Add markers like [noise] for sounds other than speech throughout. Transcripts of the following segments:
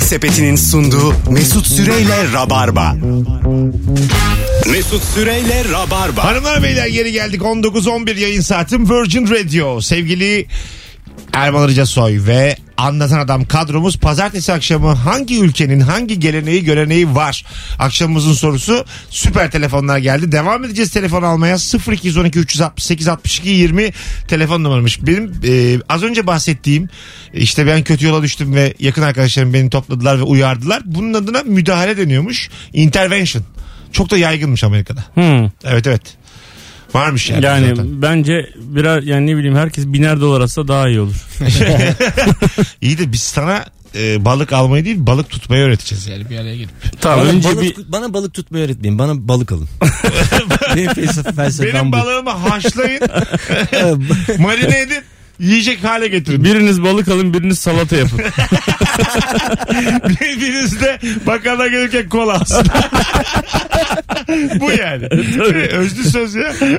Sepeti'nin sunduğu Mesut Süreyle Rabarba. Mesut Süreyle Rabarba. Hanımlar beyler geri geldik 19-11 yayın saatim Virgin Radio sevgili Erman Arıca Soy ve Anlatan Adam kadromuz pazartesi akşamı hangi ülkenin hangi geleneği göreneği var? Akşamımızın sorusu süper telefonlar geldi. Devam edeceğiz telefon almaya 0212 368 62 20 telefon numaramış. Benim e, az önce bahsettiğim işte ben kötü yola düştüm ve yakın arkadaşlarım beni topladılar ve uyardılar. Bunun adına müdahale deniyormuş. Intervention. Çok da yaygınmış Amerika'da. Hmm. Evet evet. Varmış yani. Yani zaten. bence birer yani ne bileyim herkes biner dolar atsa daha iyi olur. İyi de biz sana e, balık almayı değil balık tutmayı öğreteceğiz yani bir araya gelip. Tamam Bana, önce balık, bir bana balık tutmayı öğretmeyin. Bana [laughs] balık alın. Benim felsefe, felsefem Benim bu. balığımı [laughs] haşlayın, marine edin, yiyecek hale getirin. biriniz balık alın biriniz salata yapın. Biriniz de bakkala gelirken kola alsın. [laughs] Bu yani. Özlü söz ya. Ee,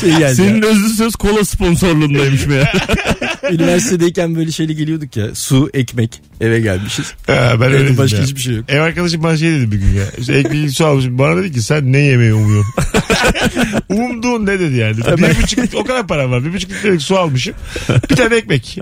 şey geldi Senin özlü söz kola sponsorluğundaymış meğer. ya. Üniversitedeyken böyle şeyle geliyorduk ya. Su, ekmek. Eve gelmişiz. Ha, ben [laughs] öyle Evde başka ya. hiçbir şey yok. Ev arkadaşım bana şey dedi bir gün ya. İşte ekmeği su almışım. Bana dedi ki sen ne yemeği umuyorsun? [laughs] Umduğun ne dedi yani. Bir buçuk, o kadar param var. Bir buçuk litrelik su almışım. Bir tane ekmek.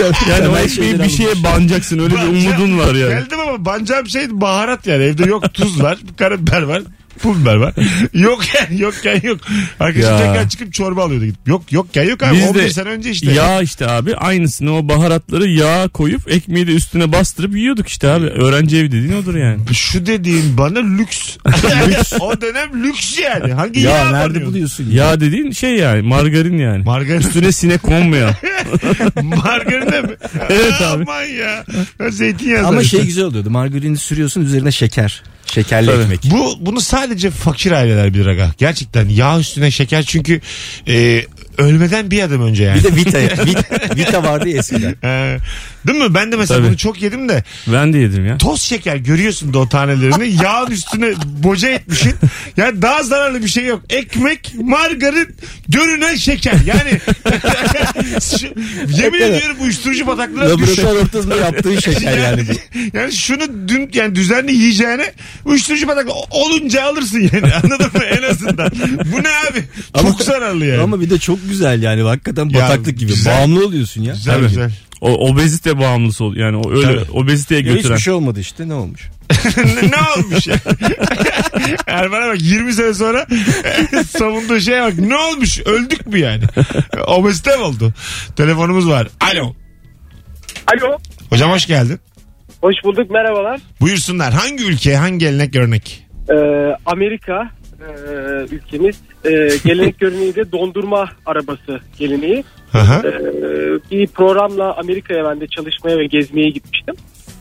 Yani o Temel ekmeği şeyleri bir şeye alınmış. banacaksın öyle bir Bancam- umudun var yani. Geldim ama bancam şey baharat yani. Evde yok tuz var, [laughs] karabiber var, pul biber var. Yok yani yokken yok. Arkadaşım Ya. tekrar çıkıp çorba alıyordu gidip. Yok yokken yok abi. Biz de 11 sene önce işte. Yağ işte abi aynısını o baharatları yağa koyup ekmeği de üstüne bastırıp yiyorduk işte abi. Öğrenci evi dediğin odur yani. Şu dediğin bana lüks. o dönem lüks yani. Hangi Ya, yağ nerede banıyorsun? buluyorsun? Ya. Yağ dediğin şey yani margarin yani. [laughs] Margarin. Üstüne sinek konmayan. Margarin de mi? Evet Aa, abi. Aman ya. Ben zeytinyağı Ama şey zannettim. güzel oluyordu. Margarini sürüyorsun üzerine şeker. Şekerli Tabii. ekmek. Bu bunu sadece fakir aileler bilir aga. Gerçekten yağ üstüne şeker çünkü e, ölmeden bir adım önce yani. Bir de Vita, Vita, Vita vardı ya eskiden. Ee, değil mi? Ben de mesela Tabii. bunu çok yedim de Ben de yedim ya. toz şeker görüyorsun da o [laughs] tanelerini yağın üstüne boca etmişin. Yani daha zararlı bir şey yok. Ekmek, margarin, görünen şeker. Yani [laughs] şu- yemin ediyorum uyuşturucu bataklara düşün. [laughs] Laboratuvar ortasında yaptığın şeker yani bu. Yani şunu dün yani düzenli yiyeceğine uyuşturucu batakla olunca alırsın yani [laughs] anladın mı en azından. Bu ne abi? Çok zararlı yani. Ama bir de çok güzel yani hakikaten Ya, bataklık gibi. güzel. Bağımlı oluyorsun ya. güzel Tabii. güzel. O obezite bağımlısı ol yani o öyle Tabii. obeziteye Ya götüren. hiçbir şey olmadı işte ne olmuş? ne, ne olmuş ya? [laughs] Erman'a bak 20 sene sonra [laughs] savunduğu şeye bak. Ne olmuş? Öldük mü yani? Obezite mi oldu? Telefonumuz var. Alo. Alo. Hocam hoş geldin. Hoş bulduk merhabalar. Buyursunlar. Hangi ülke, hangi gelenek örnek? Ee, Amerika e, ülkemiz e, gelenek göreneği de dondurma arabası geleneği. Aha. Ee, bir programla Amerika'ya ben de çalışmaya ve gezmeye gitmiştim.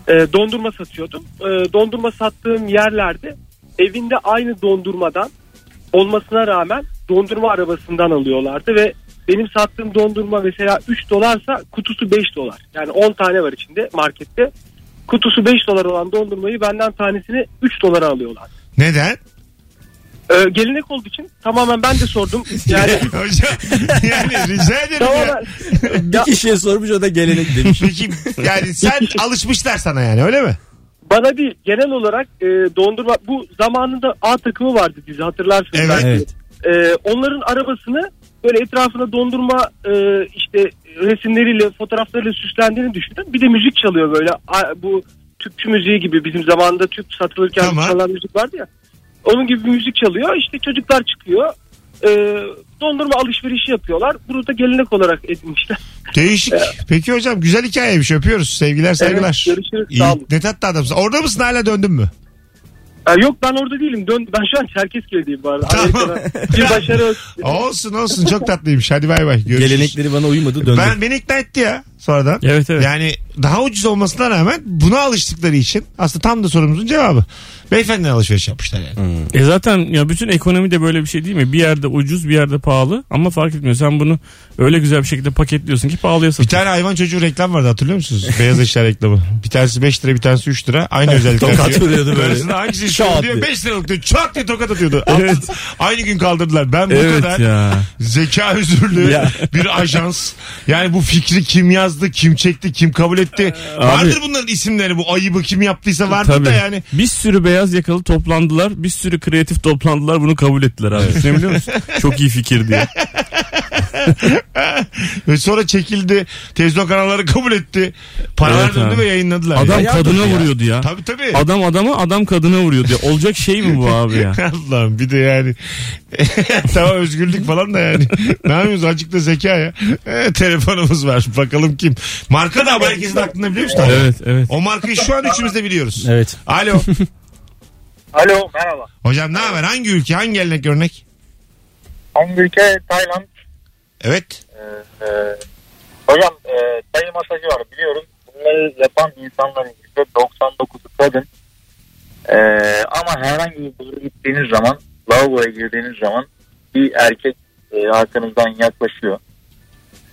Ee, dondurma satıyordum. Ee, dondurma sattığım yerlerde evinde aynı dondurmadan olmasına rağmen dondurma arabasından alıyorlardı ve benim sattığım dondurma mesela 3 dolarsa kutusu 5 dolar. Yani 10 tane var içinde markette. Kutusu 5 dolar olan dondurmayı benden tanesini 3 dolara alıyorlar. Neden? [laughs] Ee, gelenek olduğu için tamamen ben de sordum. [laughs] Yani Hocam yani rica ederim ya. tamamen Bir kişiye sormuş o da gelenek demiş. Peki yani sen alışmışlar sana yani öyle mi? Bana değil genel olarak e, dondurma bu zamanında A takımı vardı dizi hatırlarsınız. Evet. belki. Evet. E, onların arabasını böyle etrafına dondurma e, işte resimleriyle fotoğraflarıyla süslendiğini düşünün. Bir de müzik çalıyor böyle A- bu Türkçü müziği gibi bizim zamanında Türk satılırken Tamam. çalan müzik vardı ya. Onun gibi bir müzik çalıyor işte çocuklar çıkıyor. E, dondurma alışverişi yapıyorlar. Bunu da gelenek olarak edinmişler. Değişik. Peki hocam güzel hikayeymiş. Öpüyoruz. Sevgiler saygılar. Ee, Evet, görüşürüz. İyi. Sağ olun. Ne tatlı adamsın. Orada mısın hala döndün mü? Ha, yok ben orada değilim. Dön, ben şu an Çerkezköy'deyim bu arada. Tamam. [laughs] Amerika'da bir başarı ölçüsü. Olsun olsun çok tatlıymış. Hadi bay bay. Görüşürüz. Gelenekleri bana uymadı döndü. Ben beni ikna etti ya sonradan. Evet evet. Yani daha ucuz olmasına rağmen buna alıştıkları için aslında tam da sorumuzun cevabı. Beyefendiden alışveriş yapmışlar yani. E zaten ya bütün ekonomi de böyle bir şey değil mi? Bir yerde ucuz bir yerde pahalı ama fark etmiyor. Sen bunu öyle güzel bir şekilde paketliyorsun ki pahalıya Bir satıyorsun. tane hayvan çocuğu reklam vardı hatırlıyor musunuz? Beyaz eşya reklamı. Bir tanesi 5 lira bir tanesi 3 lira. Aynı özellikler. Tokat vuruyordu böyle. Arasında şey hangisi Şak istiyor diyor. diye. 5 liralık diyor. Çat diye tokat atıyordu. Evet. Atlas- Aynı gün kaldırdılar. Ben bu kadar Evet ya. zeka özürlü Ya. bir ajans. Yani bu fikri kim yazdı, kim çekti, kim kabul etti gitti. Vardır bunların isimleri bu ayıbı kim yaptıysa vardır da yani. Bir sürü beyaz yakalı toplandılar. Bir sürü kreatif toplandılar. Bunu kabul ettiler abi. Düşünebiliyor [laughs] musun? Çok iyi fikir diye. Ve sonra çekildi. Televizyon kanalları kabul etti. Paralar Evet döndü abi. ve yayınladılar. Adam Yani. kadına vuruyordu ya. Tabii tabii. Adam adama adam kadına vuruyordu ya. Olacak şey mi bu abi [laughs] ya? Allah'ım bir de yani [laughs] tamam özgürlük falan da yani ne yapıyoruz azıcık da zeka ya Ee, telefonumuz var bakalım kim marka da ama herkesin aklında biliyor musun abi? Evet evet. o markayı şu an üçümüz de biliyoruz Evet. alo Alo merhaba. hocam ne haber hangi ülke hangi gelenek örnek Hangi ülke? Tayland. evet Ee, e, hocam e, dayı masajı var biliyorum. Bunları yapan insanların %99'u kadın. Ee, ama herhangi bir buzlu gittiğiniz zaman, lavaboya girdiğiniz zaman bir erkek e, arkanızdan yaklaşıyor.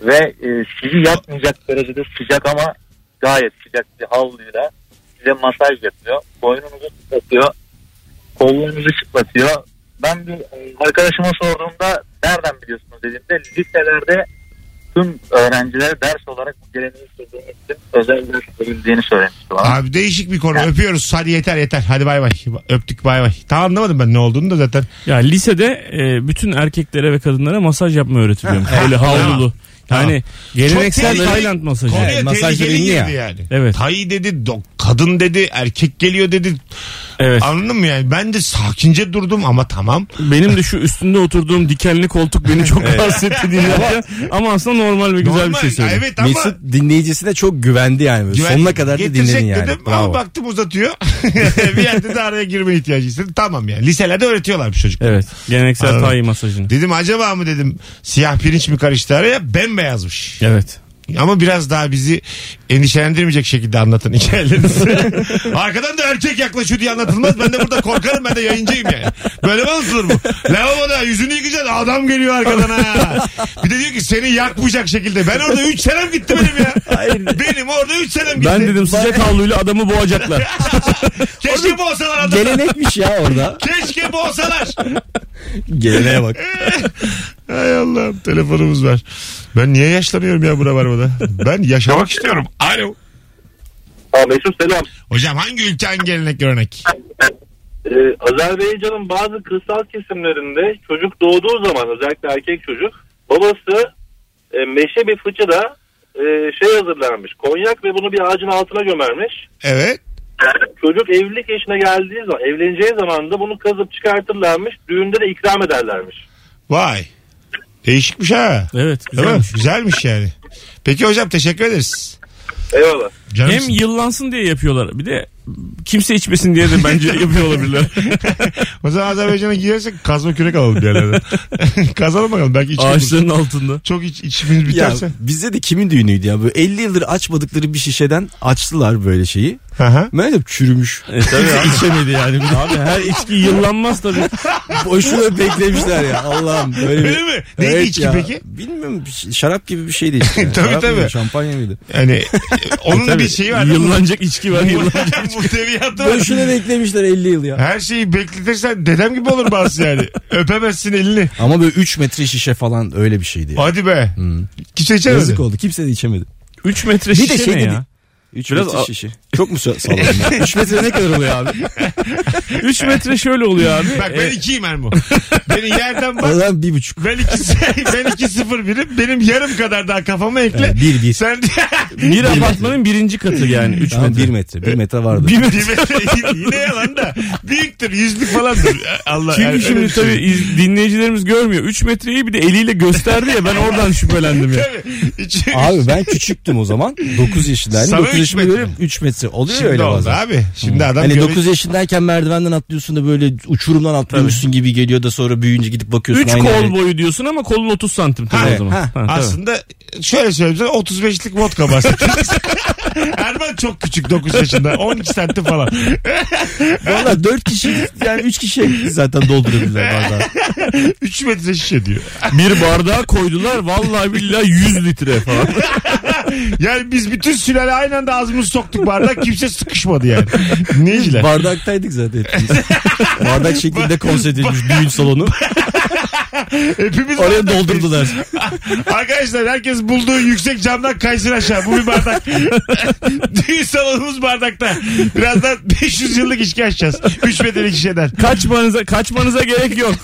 Ve e, sizi yakmayacak derecede sıcak ama gayet sıcak bir havluyla size masaj yapıyor. Boynunuzu çıtlatıyor. Kollarınızı çıtlatıyor. Ben bir e, arkadaşıma sorduğumda nereden biliyorsunuz dediğimde liselerde tüm öğrencilere ders olarak bu geleneği sürdüğüm için özel ders verildiğini söylemişti bana. abi değişik bir konu öpüyoruz hadi yeter yeter hadi bay bay öptük bay bay tam anlamadım ben ne olduğunu da zaten Ya lisede e, bütün erkeklere ve kadınlara masaj yapma [laughs] öğretiliyormuş. Öyle havlulu. Tamam. Yani Çok geleneksel tehlikeli- Tayland masajı. Konuya Evet, masaj tehlikeli ürünü ya. girdi yani. Evet. Tay dedi, do- kadın dedi, erkek geliyor dedi. Evet. Anladın mı yani? Ben de sakince durdum ama tamam. Benim de şu üstünde oturduğum dikenli koltuk beni [laughs] çok rahatsız etti dinlerken. Ama aslında normal ve güzel bir Normal. şey söyledi. Evet ama Mesut dinleyicisine çok güvendi yani. güven- Sonuna kadar da getirecek dinledin yani. dedim ama Bravo. baktım uzatıyor. [laughs] bir yerde de araya girme ihtiyacı hissettim. Tamam yani. Liselerde öğretiyorlarmış çocuk. Evet. Geleneksel Anladım. Tay masajını. Dedim acaba mı dedim siyah pirinç mi karıştı araya bembeyazmış. Evet. Ama biraz daha bizi endişelendirmeyecek şekilde anlatın [laughs] hikayelerinizi. Arkadan da erkek yaklaşıyor diye anlatılmaz. Ben de burada korkarım ben de yayıncıyım yani. Böyle mi anlatılır bu? Lavaboda yüzünü yıkayacaksın adam geliyor arkadan ha. Bir de diyor ki seni yakmayacak şekilde. Ben orada 3 senem gitti benim ya. Benim orada 3 senem gitti. Ben dedim sıcak havluyla adamı [laughs] boğacaklar. Keşke boğsalar adamı. Gelenekmiş ya orada. Keşke boğsalar. [laughs] [laughs] Geleneğe bak. Hay Allah'ım telefonumuz var. Ben niye yaşlanıyorum ya buna varmada? Ben yaşamak istiyorum. Alo. Aa, Mesut selam. Hocam hangi ülke hangi gelenek örnek? Ee, Azerbaycan'ın bazı kırsal kesimlerinde çocuk doğduğu zaman özellikle erkek çocuk babası e, meşe bir fıçıda e, şey hazırlanmış konyak ve bunu bir ağacın altına gömermiş. Evet. Çocuk evlilik yaşına geldiği zaman evleneceği zaman da bunu kazıp çıkartırlarmış düğünde de ikram ederlermiş. Vay. Değişikmiş ha. Evet. Değil mi? Güzelmiş. Güzelmiş yani. Peki hocam teşekkür ederiz. Eyvallah. Hem Canımsın. yıllansın diye yapıyorlar. Bir de kimse içmesin diye de [laughs] bence yapıyor olabilirler. O zaman Azerbaycan'a gidersek kazma kürek alalım bir yerlerden. [laughs] Kazalım bakalım belki içimiz. Ağaçların altında. Çok iç, içimiz Ya biterse. bizde de kimin düğünüydü ya? Böyle 50 yıldır açmadıkları bir şişeden açtılar böyle şeyi. Aha. Meğerse çürümüş. E tabii [laughs] içemedi yani. Abi her içki yıllanmaz tabii. Boşuna beklemişler ya. Allah'ım böyle bir... Öyle mi? Neydi Evet içki ya. peki? Bilmiyorum bir şey- şarap gibi bir şeydi [laughs] Tabii, işte. Şarap mıydı, tabii. Şampanya mıydı? Yani e, [laughs] onun da bir şeyi var. değil mi? Yıllanacak içki var. Yıllanacak. [laughs] Muhteviyatı var. Boşuna beklemişler 50 yıl ya. Her şeyi bekletirsen dedem gibi olur bazı yani. Öpemezsin elini. Ama böyle 3 metre şişe falan öyle bir şeydi. Ya. Hadi be. Kimse içemedi. Yazık oldu. Kimse de içemedi. 3 metre Bir de şişe şey ne dedi. ya? 3 Biraz metre a- [laughs] şişe. Çok mu sa- salladım ya? 3 metre ne kadar oluyor abi? [laughs] 3 metre şöyle oluyor abi. Bak ben E, ikiyim Ermo. Beni yerden bak. Oradan bir buçuk. Ben ikisi, ben iki sıfır birim. Benim yarım kadar daha kafama ekle. Evet, bir, bir. Sen Ee, [laughs] bir apartmanın birinci katı yani 3 Tamam, metre. 1 metre. 1 metre [laughs] vardı. bir metre- yine yalan da büyüktür yüzlük falandır. Allah Çünkü öyle bir şimdi şey. tabii iz- dinleyicilerimiz görmüyor. 3 metreyi bir de eliyle gösterdi ya ben [laughs] oradan şüphelendim ya. Tabii. İçi- Abi ben küçüktüm o zaman. 9 yaşındaydım. Sana 9 üç yaşında metre. böyle 3 metre oluyor Şimdi öyle oldu bazen. abi. Şimdi adam Hani göre- 9 yaşındayken merdivenden atlıyorsun da böyle uçurumdan atlıyormuşsun gibi geliyor da sonra büyüyünce gidip bakıyorsun. 3 aynı yere. kol boyu diyorsun ama kolun 30 santim tabii Ha, o zaman. ha, Ha, tabii. Aslında şöyle söyleyeyim sana 35'lik vodka bahsediyoruz. Erman çok küçük 9 yaşında 12 santim falan. Valla 4 kişi yani 3 kişi zaten doldurabilirler bazen. [laughs] 3 metre şişe diyor. [laughs] Bir bardağa koydular vallahi billahi 100 litre falan. Yani biz bütün sülale aynı anda ağzımızı soktuk bardak kimse sıkışmadı yani. Neyciler? [laughs] Bardaktaydık zaten hepimiz. Bardak şeklinde konsept edilmiş düğün salonu. Hepimiz Oraya bardak doldurdular. Arkadaşlar herkes bulduğu yüksek camdan kaysın aşağı. Bu bir bardak. Düğün salonumuz bardakta. Birazdan 500 yıllık içki açacağız. 3 metrelik şişeden. [laughs] Kaçmanıza, kaçmanıza gerek yok.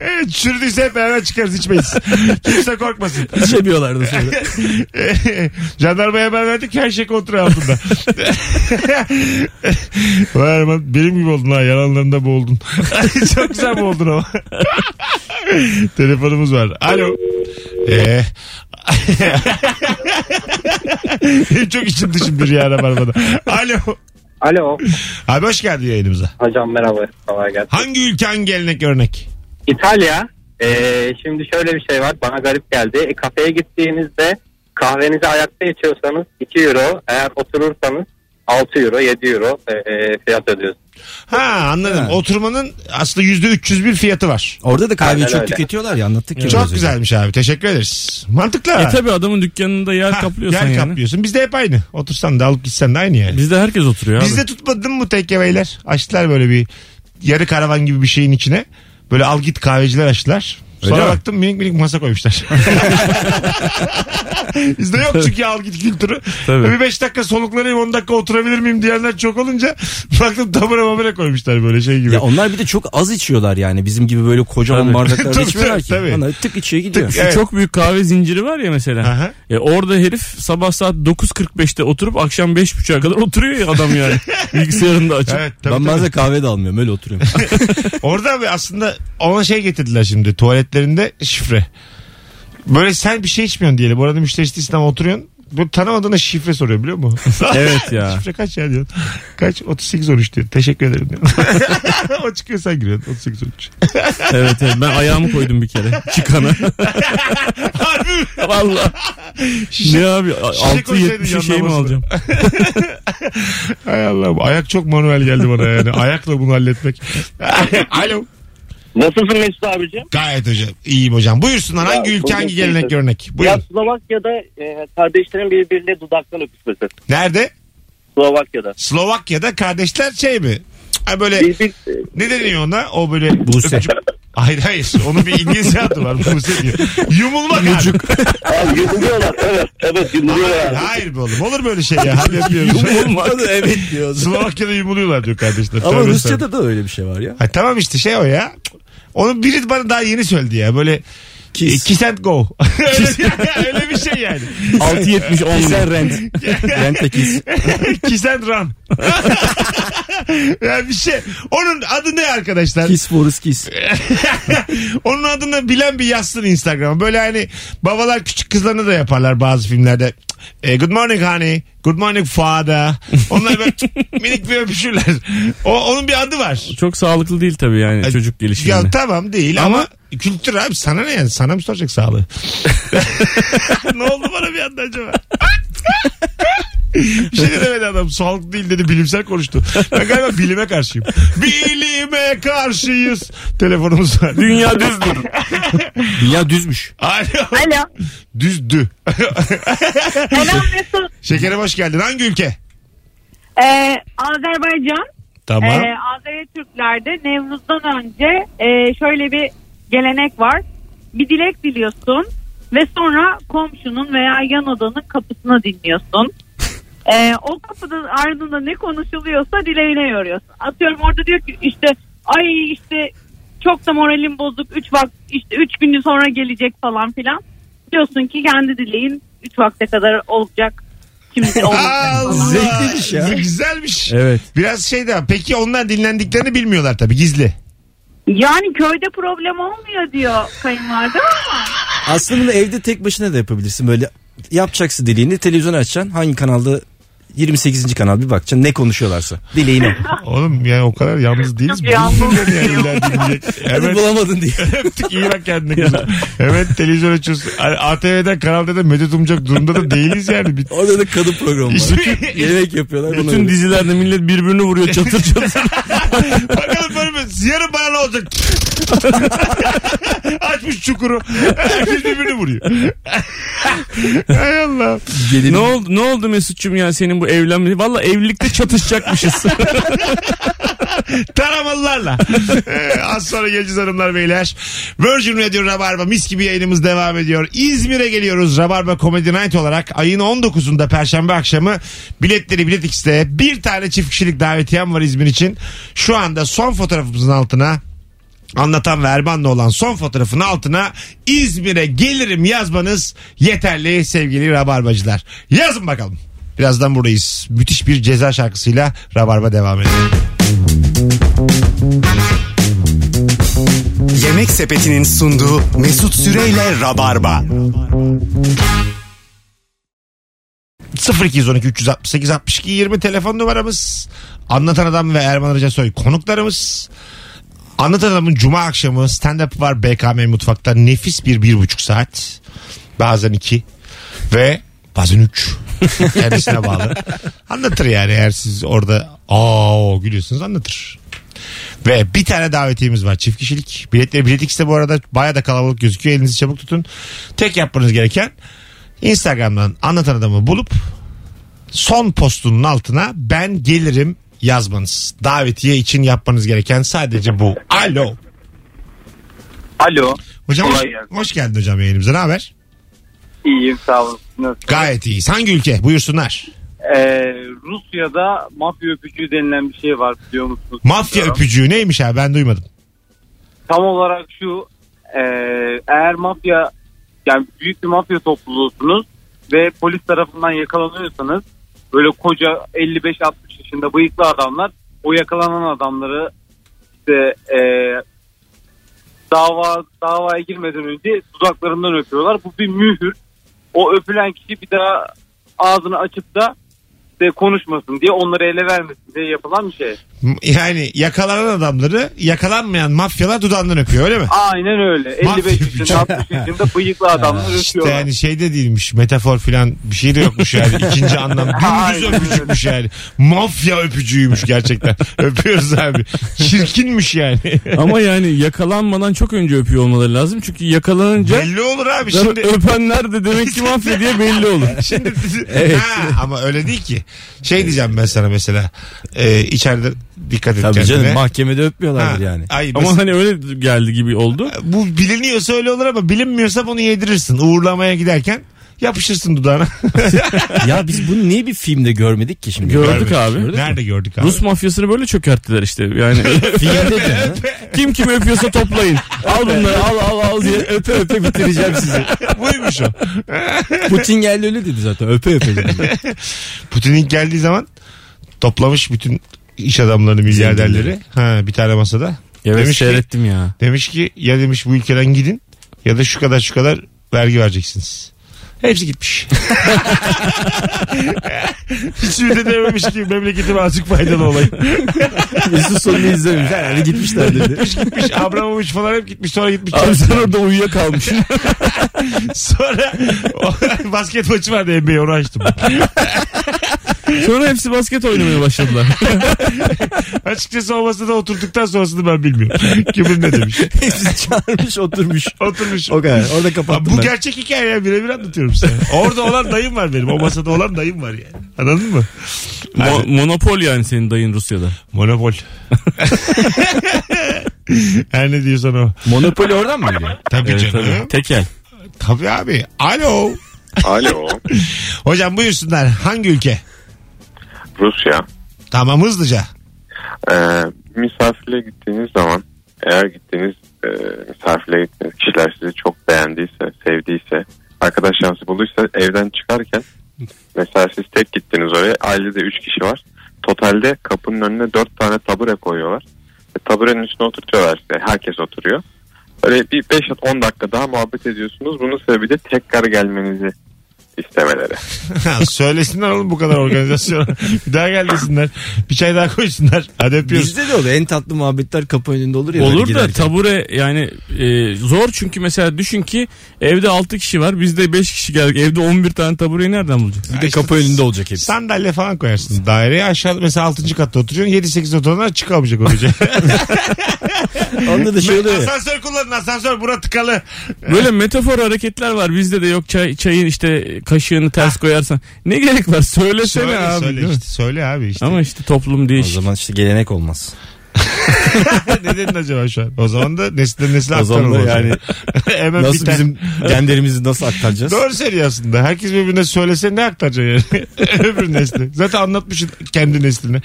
Evet, çürüdüyse hep beraber çıkarız içmeyiz. Kimse korkmasın. İçemiyorlardı sonra. [laughs] Jandarmaya haber verdik her şey kontrol altında. [laughs] Vay Erman benim gibi oldun ha yalanlarında boğuldun. [laughs] Çok güzel boğuldun ama. [laughs] Telefonumuz var. Alo. Ee. Benim [laughs] Çok içim dışım bir ya Rabarba'da. Alo. Alo. Abi hoş geldin yayınımıza. Hocam merhaba. Kolay gelsin. Hangi ülken gelenek örnek? İtalya. Ee, şimdi şöyle bir şey var. Bana garip geldi. E, kafeye gittiğinizde kahvenizi ayakta içiyorsanız 2 euro. Eğer oturursanız 6 euro 7 euro e, e, fiyat ödüyorsunuz. Ha anladım. Oturmanın aslında %301 fiyatı var. Orada da kahveyi Aynen çok öyle. tüketiyorlar ya anlattık ya. biraz Çok önce. güzelmiş abi. Teşekkür ederiz. Mantıklı. e ha. tabi adamın dükkanında yer Ha, kaplıyorsan yer yani. kaplıyorsun. Bizde hep aynı. Otursan da alıp gitsen de aynı yani. Bizde herkes oturuyor abi. Bizde tutmadın mı tekebeyler? Açtılar böyle bir yarı karavan gibi bir şeyin içine. Böyle al git kahveciler açtılar. Sonra Öyle mi? baktım minik minik masa [laughs] koymuşlar. Bizde yok çünkü al git kültürü. Tabii. Bir 5 dakika soluklanayım 10 dakika oturabilir miyim diyenler çok olunca [laughs] baktım tabure mamure koymuşlar böyle şey gibi. Ya onlar bir de çok az içiyorlar yani. Bizim gibi böyle kocaman Tabii. [laughs] bardaklarda Tabii, içmiyorlar tabii, ki. tabii. Onlar tık içiyor gidiyor. Tık, evet. Çok büyük kahve zinciri var ya mesela. Aha. E orada herif sabah saat 9.45'te oturup akşam 5.30'a kadar oturuyor ya adam [laughs] yani. Bilgisayarında açıp. Evet, tabii, ben tabii. bazen kahve de almıyorum öyle oturuyorum. [laughs] Orada abi aslında ona şey getirdiler şimdi tuvaletlerinde şifre. Böyle sen bir şey içmiyorsun diyelim. Orada müşteri istesin ama oturuyorsun. Bu tanımadığına şifre soruyor biliyor musun? [laughs] Evet ya. [laughs] şifre kaç ya diyorsun. Kaç? 38 13 diyor. Teşekkür ederim diyor. [laughs] o çıkıyor sen giriyorsun. 38 13. evet evet ben ayağımı koydum bir kere [laughs] çıkana. Valla. Şişe- ne abi şişe koysaydın 6-70 şey mi yanına alacağım? Hay Allah'ım. Ayak çok manuel geldi bana yani. Ayakla [laughs] bunu halletmek. Alo. Nasılsın Mesut abicim? Gayet hocam. İyiyim hocam. Buyursunlar. Ya, Hangi ülke bugün hangi gelenek kimse- örnek? Ya Buyurun. Slovakya'da e, kardeşlerin birbiriyle dudaktan öpüşmesi. Nerede? Slovakya'da. Slovakya'da kardeşler şey mi? Ha böyle Birbir, Ne deniyor ona? O böyle... Buse. öpücük- Hayır hayır. Onun bir İngilizce adı var. Buse diyor. Yumulmak abi. abi yumuluyorlar. Evet, evet yumuluyorlar. Hayır be oğlum. Olur böyle şey ya. Hadi öpüyoruz. Yumulmak. evet [laughs] diyor. Slovakya'da yumuluyorlar diyor kardeşler. Ama Tövbe estağfurullah. Rusça'da da öyle bir şey [laughs] var ya. Ha, tamam işte şey o ya. Onu biri bana daha yeni söyledi ya. Böyle e, Kiss. Kiss and go. [laughs] öyle, öyle bir şey [laughs] yani. 6.70 Sen 10 rent. [laughs] rent de kiss. Kiss and run. [laughs] yani bir şey. Onun adı ne arkadaşlar? Kiss for us kiss. [laughs] Onun adını bilen bir yazsın Instagram'a. Böyle hani babalar küçük kızlarına da yaparlar bazı filmlerde. E, good morning honey. Good morning father. Onlar böyle minik bir öpüşürler. O, onun bir adı var. Çok sağlıklı değil tabii yani Ay, çocuk Ya gelişiminde. tamam değil ama, kültür abi sana ne yani? Sana mı soracak sağlığı? ne oldu bana bir anda acaba? [laughs] bir şey de demedi adam. Sağlık değil dedi bilimsel konuştu. Ben galiba bilime karşıyım. Bilime karşıyız. Telefonumuz var. Dünya düzdür. [laughs] Dünya düzmüş. Alo. Alo. Düzdü. [laughs] Selam Mesut. Şekerim hoş geldin. Hangi ülke? Ee, Azerbaycan. Tamam. Ee, Azeri Türklerde Nevruz'dan önce e, şöyle bir gelenek var. Bir dilek diliyorsun ve sonra komşunun veya yan odanın kapısına dinliyorsun. Ee, o kapının ardında ne konuşuluyorsa dileğine yoruyorsun. Atıyorum orada diyor ki işte ay işte çok da moralim bozuk. Üç vak işte üç gün sonra gelecek falan filan. Diyorsun ki kendi dileğin üç vakte kadar olacak. [laughs] Şimdi olmayacak Allah. falan. Zevkliymiş ya. Güzelmiş. Evet. Biraz şey de peki onlar dinlendiklerini bilmiyorlar tabii gizli. Yani köyde problem olmuyor diyor kayınvalide ama. Aslında bunu evde tek başına da yapabilirsin. Böyle yapacaksın dileğini televizyonu açacaksın. Hangi kanalda 28. kanal bir bakacaksın ne konuşuyorlarsa. Dileğini. Oğlum yani o kadar yalnız değiliz. Çok yalnız. Bulurlar yani ileride dinleyecek. [laughs] Hadi Hemen bulamadın diye. öptük iyi bak kendine kızım. Hemen televizyon açıyorsun. Hani A- ATV'den kanalda da medet umacak durumda da değiliz yani. Bir- Orada da kadın programı var. [laughs] Bütün- Yemek yapıyorlar. bana Bütün öyle. dizilerde millet birbirini vuruyor çatır çatır. Bakalım böyle mi? Yarın bana ne olacak? [laughs] Açmış çukuru. Herkes birbirini vuruyor. [laughs] Hay Allah. [laughs] Gelin- ne oldu [laughs] ne oldu Mesut'cum ya senin bu evlenme? Valla evlilikte çatışacakmışız. Taramalılarla. Ee, Az sonra geleceğiz hanımlar beyler. Virgin Radio Rabarba mis gibi yayınımız devam ediyor. İzmir'e geliyoruz Rabarba Comedy Night olarak. Ayın 19'unda Perşembe akşamı biletleri Bilet X'te bir tane çift kişilik davetiyem var İzmir için. Şu anda son fotoğrafımızın altına anlatan ve Erman'la olan son fotoğrafın altına İzmir'e gelirim yazmanız yeterli sevgili Rabarbacılar. Yazın bakalım. Birazdan buradayız. Müthiş bir ceza şarkısıyla Rabarba devam ediyor. Yemek Sepeti'nin sunduğu Mesut Süreyle Rabarba. 0212 368 62 20 telefon numaramız. Anlatan Adam ve Erman Arıca Soy konuklarımız. Anlatan Adam'ın Cuma akşamı stand-up var BKM Mutfak'ta. Nefis bir bir buçuk saat. Bazen iki. Ve bazen üç. Kendisine bağlı. Anlatır yani eğer siz orada aa gülüyorsunuz anlatır. Ve bir tane davetiyemiz var çift kişilik. Biletleri Bilet X'te bu arada baya da kalabalık gözüküyor. Elinizi çabuk tutun. Tek yapmanız gereken Instagram'dan anlatan adamı bulup son postunun altına ben gelirim yazmanız. Davetiye için yapmanız gereken sadece [laughs] bu. Alo. Alo. Hocam hoş, Kolay gelsin. hoş geldin hocam yayınımıza. Ne haber? İyiyim sağ olun. Nasılsınız? Gayet iyiyiz. Hangi ülke? Buyursunlar. Ee, Rusya'da mafya öpücüğü denilen bir şey var biliyor musunuz? Ee, Mafya Bilmiyorum. öpücüğü neymiş abi ben duymadım. Tam olarak şu e, eğer mafya yani büyük bir mafya topluluğusunuz ve polis tarafından yakalanıyorsanız böyle koca 55-60 yaşında bıyıklı adamlar o yakalanan adamları işte e, dava davaya girmeden önce dudaklarından öpüyorlar. Bu bir mühür. O öpülen kişi bir daha ağzını açıp da işte konuşmasın diye onları ele vermesin diye yapılan bir şey. M- Yani yakalanan adamları yakalanmayan mafyalar dudağından öpüyor öyle mi? Aynen öyle. Mafya 55 yaşında 60 yaşında bıyıklı adamlar İşte öpüyorlar. yani şey de değilmiş metafor filan bir şey de yokmuş yani ikinci [laughs] anlam dümdüz Aynen öpücükmüş yani mafya öpücüğüymüş [laughs] gerçekten öpüyoruz abi çirkinmiş yani Ama yani yakalanmadan çok önce öpüyor olmaları lazım. Çünkü yakalanınca belli olur abi zaten şimdi öpenler de demek ki mafya diye belli olur. [laughs] Şimdi ha, ama öyle değil ki. Şey diyeceğim ben sana mesela. E, içeride dikkat et Tabii kendine. canım mahkemede öpmüyorlardır Ha, yani. Ay, Ama mesela- hani öyle geldi gibi oldu. bu biliniyorsa öyle olur ama bilinmiyorsa bunu yedirirsin. Uğurlamaya giderken yapışırsın dudağına. ya biz bunu niye bir filmde görmedik ki şimdi? Gördük abi. Nerede gördük abi? Rus mafyasını böyle çökerttiler işte. Yani [laughs] Filmde de. kim kimi öpüyorsa toplayın. Al bunları al al al diye öpe öpe bitireceğim sizi. Buymuş o. Putin geldi öyle dedi zaten öpe öpe dedi. Putin ilk geldiği zaman toplamış bütün iş adamlarını, milyarderleri. Ha, bir tane masada. Evet Demiş ki- seyrettim ya. Demiş ki ya demiş bu ülkeden gidin ya da şu kadar şu kadar vergi vereceksiniz. Hepsi gitmiş. [laughs] Hiçbiri de dememiş ki memleketime azıcık faydalı olayım. Mesut sonunu izlemiş. Herhalde gitmişler dedi. Gitmiş gitmiş Abramovich falan hep gitmiş sonra gitmiş. Abi sen orada uyuyakalmışsın. [laughs] sonra basket maçı vardı NBA'ye onu açtım. Sonra hepsi basket oynamaya başladılar. Açıkçası o masada oturduktan sonrasını ben bilmiyorum. Kimin ne demiş. Hepsi çağırmış oturmuş. Oturmuş. O kadar. Orada Abi kapattım bu ben. gerçek hikaye ya birebir anlatıyorum sana. Orada olan dayım var benim. O masada olan dayım var yani. Anladın mı? Mo- monopol yani senin dayın Rusya'da. [laughs] Monopol. Her ne diyorsan o. Monopoli oradan mı geliyor? Tabii Evet, canım. tabii. Tekel. Tabii abi. Alo. [laughs] Alo. Hocam buyursunlar. Hangi ülke? Rusya. Tamam hızlıca. Ee, misafirliğe gittiğiniz zaman eğer gittiğiniz e, misafirliğe gittiğiniz kişiler sizi çok beğendiyse, sevdiyse, arkadaş şansı bulduysa evden çıkarken mesela siz tek gittiniz oraya ailede 3 kişi var. Totalde kapının önüne 4 tane tabure koyuyorlar. E, taburenin üstüne oturtuyorlar size. Herkes oturuyor. Böyle bir 5-10 dakika daha muhabbet ediyorsunuz. Bunun sebebi de tekrar gelmenizi istemeleri. Ha, Söylesinler oğlum bu kadar organizasyon. [laughs] Bir daha gel desinler. Bir çay daha koysunlar. Hadi öpüyoruz. Bizde de oluyor. En tatlı muhabbetler kapı önünde olur ya. böyle Olur da giderken. tabure yani e, zor çünkü mesela düşün ki evde 6 kişi var bizde 5 kişi geldik evde 11 tane tabureyi nereden bulacağız? Bir de kapı önünde olacak hepsi. Sandalye falan koyarsın daireye. Aşağıda mesela 6. katta oturuyorsun. 7-8 oturanlar çıkamayacak olacak. Onda da şey oluyor ya. asansör kullanın asansör bura tıkalı. Böyle metafor hareketler var bizde de yok çay, çayın işte kaşığını ters koyarsan ne gerek var söylesene Söyle abi. söyle değil mi? işte söyle abi işte. Ama işte toplum O değiş. zaman işte gelenek olmaz. [laughs] ne dedin acaba şu an? O zaman da nesilden nesile O zaman aktarım da olacak. [laughs] yani Hemen nasıl biter. bizim genlerimizi nasıl aktaracağız? Doğru söylüyor aslında. Herkes birbirine söylese ne aktaracak yani? [laughs] Öbür nesli. Zaten anlatmışsın kendi neslini.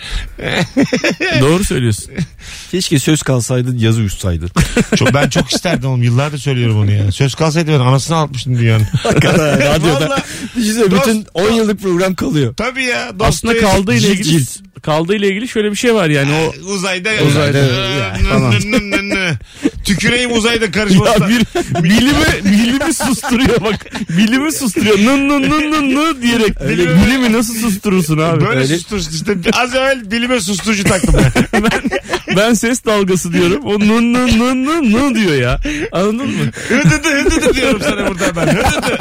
Doğru söylüyorsun. Keşke söz kalsaydı [laughs] yazı uçsaydı. Çok, ben çok isterdim oğlum. Yıllardır söylüyorum onu ya. Söz kalsaydı ben anasını atmıştım dünyanın. Hakikaten [laughs] radyoda. Vallahi. Düşünsene bütün 10 yıllık program kalıyor. Tabii ya. Aslında Dostoyevski- kaldığı ile cilt ilgili kaldığı ile ilgili şöyle bir şey var yani o [laughs] Uzayda. Uzayda, Ee, tamam. nın nın nın. Tüküreyim uzayda karışmasına. Ya [laughs] bir bilimi bilimi susturuyor bak. Bilimi susturuyor. Nın nın nın nın nın diyerek. Bilimi- bilimi nasıl susturursun abi? Böyle öyle- sustursun işte. Az evvel bilime susturucu taktım [laughs] ben. ben, ben ses dalgası diyorum. O nın nın nın nın nın diyor ya. Anladın mı? Hıdıdı hıdıdı diyorum sana burada ben. [laughs] Hıdıdı.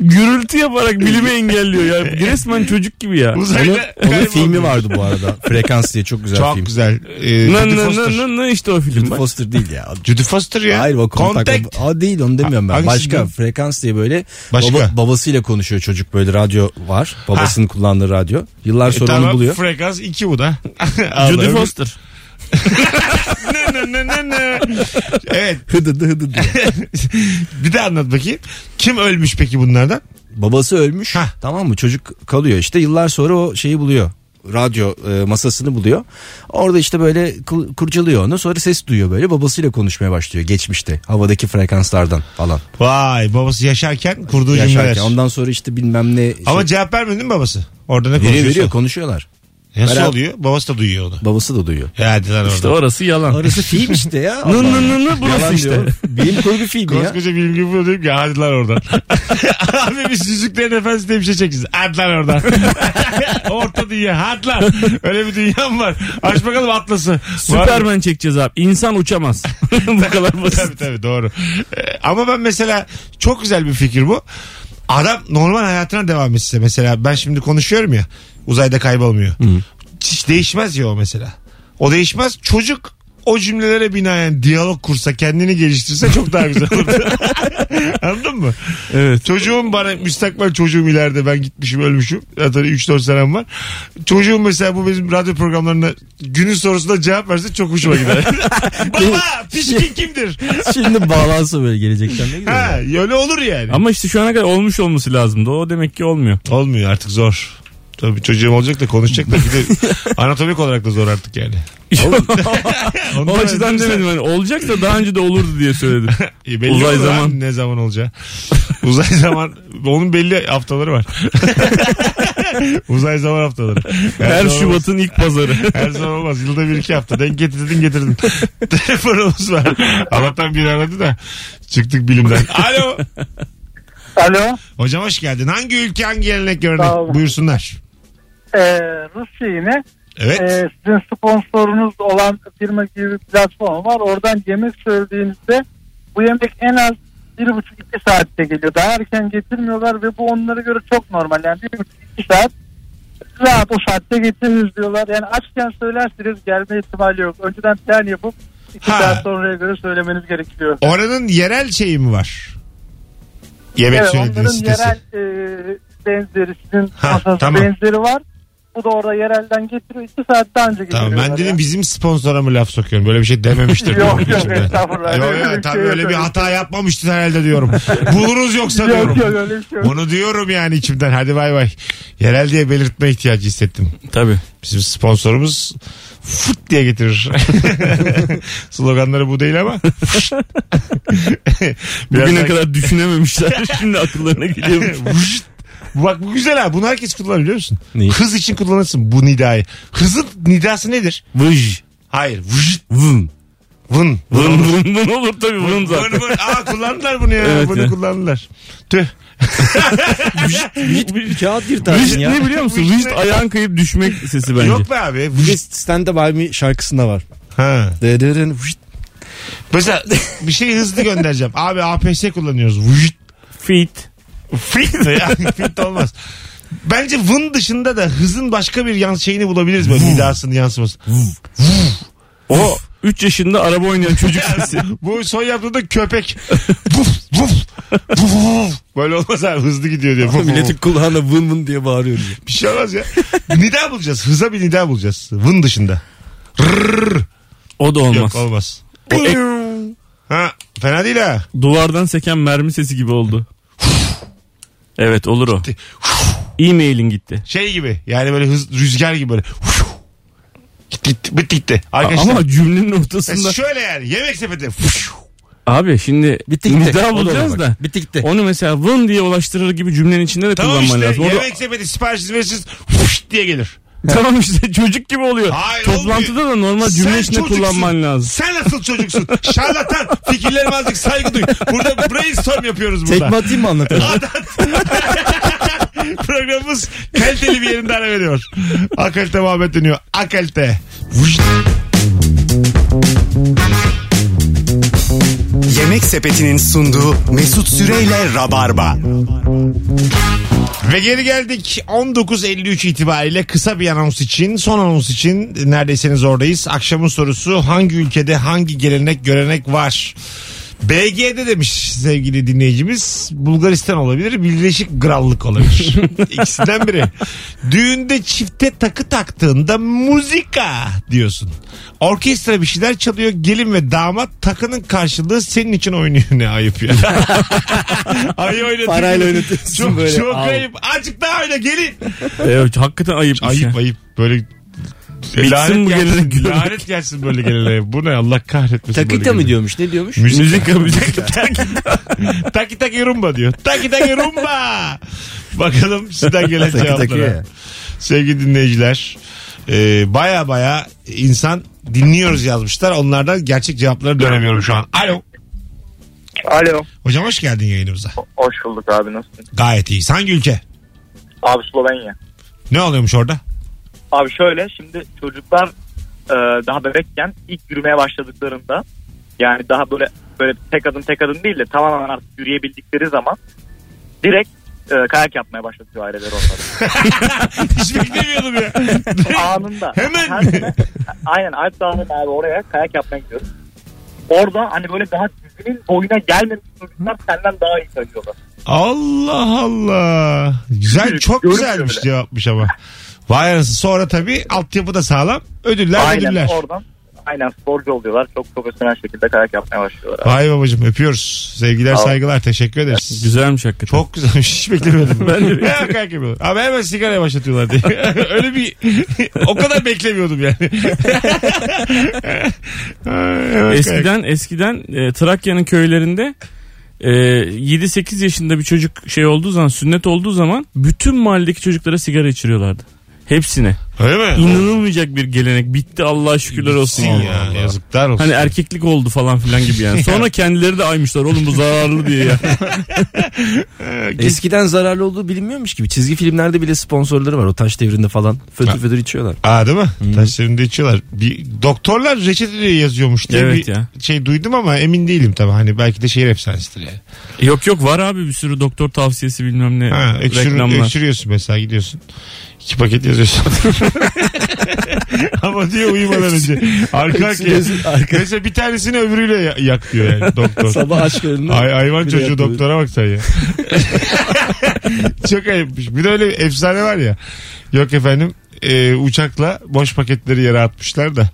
Gürültü yaparak bilimi engelliyor ya. Resmen çocuk gibi ya. Onun, Uzayda onun kaybolmuş. filmi vardı [laughs] bu arada. Frekans diye çok güzel Çok film. güzel. Ee, Nın Judy nın nın Foster. nın nın işte o film. Judy bak. Foster değil ya. Judy Foster ya. [laughs] Hayır bak Contact. kontak. Aa, değil onu demiyorum ben. Hangisi Başka diyor? frekans diye böyle Başka. baba- babasıyla konuşuyor çocuk böyle radyo var. Babasının kullandığı radyo. Yıllar sonra onu E, tamam, buluyor. Frekans 2 bu [laughs] da. Judy Allah'ım. Foster. Nı nı nı nı nı. evet. [laughs] Hıdıdı hıdıdı. [laughs] Bir de anlat bakayım. Kim ölmüş peki bunlardan? Babası ölmüş. Hah. Tamam mı? Çocuk kalıyor işte. Yıllar sonra o şeyi buluyor. Radyo e, masasını buluyor. Orada işte böyle ku- kurcalıyor onu. Sonra ses duyuyor böyle. Babasıyla konuşmaya başlıyor geçmişte. Havadaki frekanslardan falan. Vay babası yaşarken kurduğu cümleler. Yaşarken. Ondan sonra işte bilmem ne. şey- Ama cevap vermedi mi babası? Orada ne veriyor konuşuyorsa. veriyor konuşuyorlar. Nasıl Beraber- oluyor? Babası da duyuyor onu. Babası da duyuyor. Ya Hadi lan İşte oradan. orası yalan. Arası film işte [laughs] ya. Nın nın nın nın burası işte. Bilim kurgu filmi ya. Koskoca bilim gibi bunu diyorum ki hadi lan oradan. [laughs] Abi biz Yüzüklerin Efendisi diye bir şey çekeceğiz. Hadi lan oradan. [laughs] Orta dünya hadi lan. Öyle bir dünyam var. Aç bakalım atlası. Var mı? Süpermen çekeceğiz abi. İnsan [laughs] uçamaz. [laughs] Bu kadar basit. Tabii tabii doğru. Ee, ama ben mesela çok güzel bir fikir bu. Adam normal hayatına devam etse mesela ben şimdi konuşuyorum ya uzayda kaybolmuyor. Hiç değişmez ya o mesela. O değişmez. Çocuk o cümlelere binaen diyalog kursa kendini geliştirse çok daha güzel olur. [laughs] Anladın mı? Evet. Çocuğum bana müstakbel çocuğum ileride ben gitmişim ölmüşüm. Zaten 3-4 senem var. Çocuğum mesela bu bizim radyo programlarına günün sorusuna cevap verse çok hoşuma gider. Baba pişkin kimdir? Şimdi bağlansa böyle gelecekten [laughs] ne güzel. Ha, öyle olur yani. Ama işte şu ana kadar olmuş olması lazımdı. O demek ki olmuyor. [laughs] Olmuyor artık zor. Tabii çocuğum olacak da konuşacak da bir de anatomik olarak da zor artık yani. o [laughs] Ondan açıdan öldürürsen- demedim. Yani olacak da daha önce de olurdu diye [laughs] söyledim. İyi, E, belli Uzay olur zaman. abi Ne zaman olacağı. Uzay [laughs] zaman. Onun belli haftaları var. Uzay zaman haftaları. Her zaman- Şubat'ın ilk [laughs] pazarı. Her zaman olmaz. Yılda bir iki hafta. Denk getirdin getirdin. Telefonumuz var. Allah'tan biri aradı da çıktık bilimden. Alo. Alo. Hocam hoş geldin. Hangi ülke hangi gelenek Sağ olun. görenek? Buyursunlar. Ee, Rusya yine Evet. Ee, sizin sponsorunuz olan firma gibi bir platform var. Oradan yemek söylediğinizde bu yemek en az bir buçuk iki saatte geliyor. Daha erken getirmiyorlar ve bu onlara göre çok normal. Yani bir buçuk iki saat rahat o saatte getiririz diyorlar. Yani açken söylerseniz gelme ihtimali yok. Önceden plan yapıp iki Ha. saat sonraya göre söylemeniz gerekiyor. Oranın yerel şeyi mi var? Yemek Evet, söylediğiniz onların sitesi. yerel e, benzeri sizin Ha, masası tamam. benzeri var. Bu da orada yerelden getiriyor. İki saat daha önce getiriyor. Tamam ben dedim bizim sponsora mı laf sokuyorum. Böyle bir şey dememiştir. [laughs] Yok, diyorum yok, içimde. estağfurullah. Yok Öyle bir yok şey tabii yok, öyle bir öyle bir hata yapmamıştır herhalde [laughs] diyorum. Buluruz yoksa Yok yok diyorum. öyle bir şey yok. Onu diyorum yani içimden. Hadi bay bay. Yerel diye belirtme ihtiyacı hissettim. Tabii. Bizim sponsorumuz fıt diye getirir. [laughs] [laughs] Sloganları bu değil ama. [laughs] Bugüne kadar [laughs] düşünememişler. Şimdi akıllarına geliyor. Vuşt. Bak bu güzel ha. Bunu herkes kullanır biliyor musun? Neyi? Hız için kullanırsın bu nidayı. Hızın nidası nedir? Vıj. Hayır. Vuşt. Vın. Vın. Vın vın vın olur tabii vın Vın zaten. vın. Aa kullandılar bunu ya. Evet bunu ya. kullandılar. Tüh. Kağıt Vıj yırtarsın ya. ne biliyor musun? Vıj Vıj ne? ayağın kayıp düşmek sesi bence. Yok be abi. Bir Vuşt. Stand Up Army şarkısında var. Ha. Dırırın, vışt. Mesela bir şey hızlı göndereceğim. Abi APS kullanıyoruz. Vuşt. Fit. Fit de ya. [laughs] Fit de olmaz. Bence vın dışında da hızın başka bir yan şeyini bulabiliriz böyle nidasını yansıması. O 3 yaşında araba oynayan [laughs] çocuk sesi. Bu son yaptığı da köpek. vuf vuf. Vuf vuf. Böyle olmaz abi hızlı gidiyor diyor. Vuf, vuf, vuf. [laughs] Milletin kulağına vın vın diye bağırıyor. diye. Bir şey olmaz ya. nida bulacağız. Hıza bir nida bulacağız. Vın dışında. Rrrr. O da olmaz. Yok olmaz. Ha, fena değil ha. Duvardan seken mermi sesi gibi oldu. evet olur o. E-mailin gitti. Şey gibi yani böyle hız, rüzgar gibi böyle. Gitti gitti bitti gitti. Arkadaşlar. Ama cümlenin E, ortasında. şöyle yani yemek sepeti. Abi şimdi Bitti bitti, gitti. O da bulacağız olur da. bak. Bitti gitti. Onu mesela vın diye ulaştırır gibi cümlenin içinde de Tamam kullanman işte lazım. O da- yemek sepeti sipariş verirsiniz fuş diye gelir. [laughs] tamam işte çocuk gibi oluyor. Hayır, Toplantıda olmuyor. da normal Sen cümle içinde çocuksun. kullanman [laughs] lazım. Sen nasıl çocuksun? Şarlatan. Fikirlerime azıcık saygı duy. Burada brainstorm yapıyoruz burada. Tekme atayım mı [laughs] anlatayım? [laughs] Programımız kaliteli bir yerinde ara veriyor. Akalite muhabbet dönüyor. Akalite. Yemek Sepeti'nin sunduğu Mesut Süreyle Rabarba. Ve geri geldik 19.53 itibariyle kısa bir anons için son anons için neredeyseniz oradayız. Akşamın sorusu hangi ülkede hangi gelenek görenek var? BG'de demiş sevgili dinleyicimiz Bulgaristan olabilir Birleşik Krallık olabilir. İkisinden biri. Düğünde çifte takı taktığında muzika diyorsun. Orkestra bir şeyler çalıyor gelin ve damat takının karşılığı senin için oynuyor [laughs] ne ayıp ya. Ay oynatıyor. Parayla oynatıyorsun çok, böyle. Çok Al. ayıp. Azıcık daha öyle gelin. Evet hakikaten ayıp. şey. şey. Ayıp ayıp. Böyle Bitsin bu gelenek, gelsin, görenek. lanet gelsin böyle geleneğe. Bu ne Allah kahretmesin. Takita böyle mı geleneği. diyormuş? Ne diyormuş? Müzika müzika. Taki taki rumba diyor. Taki taki rumba. Bakalım sizden gelen Takı takıyor cevaplara. ya. Sevgili dinleyiciler. e, baya baya insan dinliyoruz yazmışlar. Onlardan gerçek cevapları dönemiyorum şu an. Alo. Alo. Hocam hoş geldin yayınımıza. Hoş bulduk abi nasılsın? Gayet iyiyiz. Hangi ülke? Abi Slovenya. Ne oluyormuş orada? Abi şöyle şimdi çocuklar e, daha bebekken ilk yürümeye başladıklarında yani daha böyle böyle tek adım tek adım değil de tamamen artık yürüyebildikleri zaman direkt e, kayak yapmaya başlatıyor aileler onları. Hiç beklemiyordum ya. Anında. Hemen Her mi? sene- aynen Alp Dağı'nın abi oraya kayak yapmaya gidiyoruz. Orada hani böyle daha dizinin boyuna gelmemiş çocuklar senden daha iyi kayıyorlar. Allah Allah. Güzel çok Görünmüyor güzelmiş bile. cevapmış ama. Vay anasını. Sonra tabii altyapı da sağlam. Ödüller Aynen ödüller. oradan aynen sporcu oluyorlar. Çok profesyonel şekilde kayak yapmaya başlıyorlar. abi. Vay babacığım öpüyoruz. Sevgiler Sağ ol. saygılar teşekkür ederiz. Güzelmiş hakikaten. Çok güzelmiş. Hiç beklemiyordum. [laughs] Ben de ben hemen kalk yapıyorlar. Abi hemen sigaraya başlatıyorlar diye. [laughs] Öyle bir o kadar beklemiyordum yani. [laughs] Hemen kalk. Eskiden eskiden e, Trakya'nın köylerinde e, 7-8 yaşında bir çocuk şey olduğu zaman sünnet olduğu zaman bütün mahalledeki çocuklara sigara içiriyorlardı. Hepsine. Öyle mi? İnanılmayacak bir gelenek. Bitti Allah şükürler olsun. Sin Allah ya, Allah. yazıklar olsun. Hani erkeklik oldu falan filan gibi [laughs] yani. Sonra kendileri de aymışlar oğlum bu zararlı diye ya. Eskiden zararlı olduğu bilinmiyormuş gibi. Çizgi filmlerde bile sponsorları var. O taş devrinde falan. Fötür fötür içiyorlar. Aa değil mi? Taşlarında içiyorlar. Bir doktorlar reçete diye yazıyormuş diye Evet bir ya. şey duydum ama emin değilim tabii. Hani belki de şehir efsanesidir yani. Yok yok var abi bir sürü doktor tavsiyesi bilmem ne Ha, öksür, reklamlar. öksürüyorsun mesela gidiyorsun. İki paket yazıyorsun. [laughs] ama diyor uyumadan önce. Arka arkaya. Öksürüyorsun, arka- Mesela bir tanesini öbürüyle ya- yak diyor [laughs] yani doktor. [laughs] Sabah aç görünüyor. Ay, hayvan Bir de çocuğu yapıyor. doktora bak sen ya. Çok ayıpmış. Bir de öyle bir efsane var ya. Yok efendim e, uçakla boş paketleri yere atmışlar da.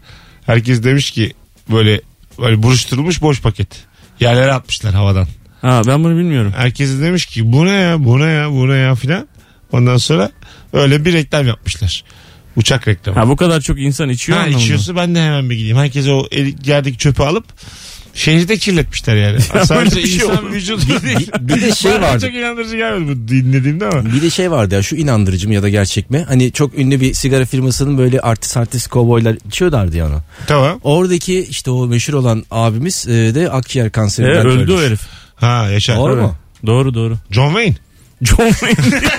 Herkes demiş ki böyle, böyle buruşturulmuş boş paket. Yerlere atmışlar havadan. Ha ben bunu bilmiyorum. Herkes de demiş ki bu ne ya bu ne ya bu ne ya filan. Ondan sonra öyle bir reklam yapmışlar. Uçak reklamı. Ha bu kadar çok insan içiyor Ha anlamında. içiyorsa ben de hemen bir gideyim. Herkes o el- yerdeki çöpü alıp şehirde kirletmişler [laughs] yani. Sadece öyle bir şey insan olur mu? vücudu değil. Bir de şey Bana vardı. Çok inandırıcı gelmedi bu dinlediğimde ama. Bir de şey vardı ya şu inandırıcı mı ya da gerçek mi? Hani çok ünlü bir sigara firmasının böyle artist artist kovboylar içiyorlardı ya onu. Tamam. Oradaki işte o meşhur olan abimiz e, de akciğer E, kanserinden öldü o herif. Ha yaşa. Doğru mu? Doğru doğru. John Wayne. John Wayne. [laughs]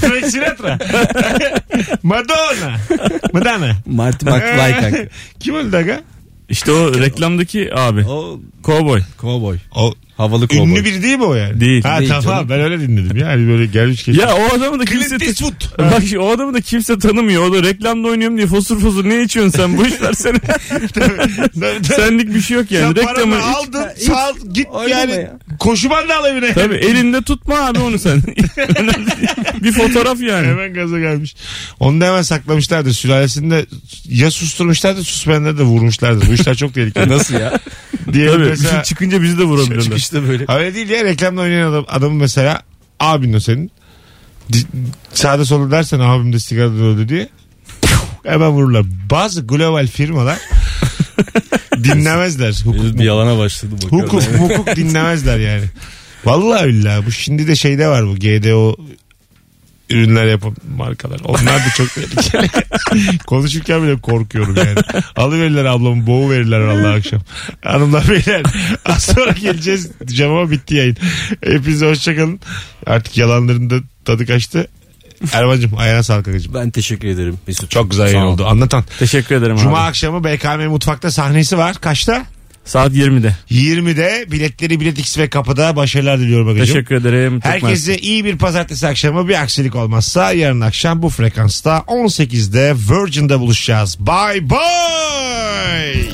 Frank Sinatra. Madonna. Madonna. Marty McFly [laughs] kanka. Kim öldü aga? işte o reklamdaki abi. O Cowboy. kovboy. O Havalı kovboy. ünlü biri değil mi o yani? Değil. Ha Değil tamam canım. ben öyle dinledim ya. Hani böyle gelmiş geçmiş. Ya o adamı da kimse... Clint [laughs] Eastwood. Bak şimdi o adamı da kimse tanımıyor. O da reklamda oynuyorum diye fosur fosur ne içiyorsun sen? [laughs] Boş ver sen. Tabii, tabii. Senlik bir şey yok yani. Sen paranı Reklamı aldın, sağ, git Öyle yani mi ya? Koşu bandı al evine. Tabii elinde tutma abi onu [laughs] sen. [laughs] Önemli değil. bir fotoğraf yani. Hemen gaza gelmiş. Onu da hemen saklamışlardı. Sülalesini de ya susturmuşlardı susmayanları da vurmuşlardı. Bu işler çok tehlikeli. Nasıl [laughs] ya? Diye Tabii. mesela... Çıkınca bizi de vurabilirler. Çıkışta böyle. Öyle değil ya reklamda oynayan adam, adamı mesela abin o senin. Di- Sağda solda dersen abim de sigaradan öldü diye. Hemen vururlar. Bazı global firmalar dinlemezler. Hukuk, Bir yalana başladı bakalım. hukuk, hukuk dinlemezler yani. Vallahi billahi bu şimdi de şeyde var bu GDO ürünler yapan markalar. Onlar da çok tehlikeli. [laughs] Konuşurken bile korkuyorum yani. Alıverirler ablamı boğu verirler Allah akşam. Hanımlar beyler az sonra geleceğiz. Diyeceğim ama bitti yayın. Hepinize hoşçakalın. Artık yalanların da tadı kaçtı. Erman'cığım ayağına sağlık kankacığım. Ben teşekkür ederim Mesut. Çok güzel yayın Sağ ol. oldu. Anlatan. Teşekkür ederim Cuma abi. akşamı BKM Mutfak'ta sahnesi var. Kaçta? Saat 20'de. 20'de biletleri Bilet X ve kapıda başarılar diliyorum Agacığım. Teşekkür ederim. Çok mersi. Herkese iyi bir pazartesi akşamı bir aksilik olmazsa yarın akşam bu frekansta 18'de Virgin'de buluşacağız. Bye bye.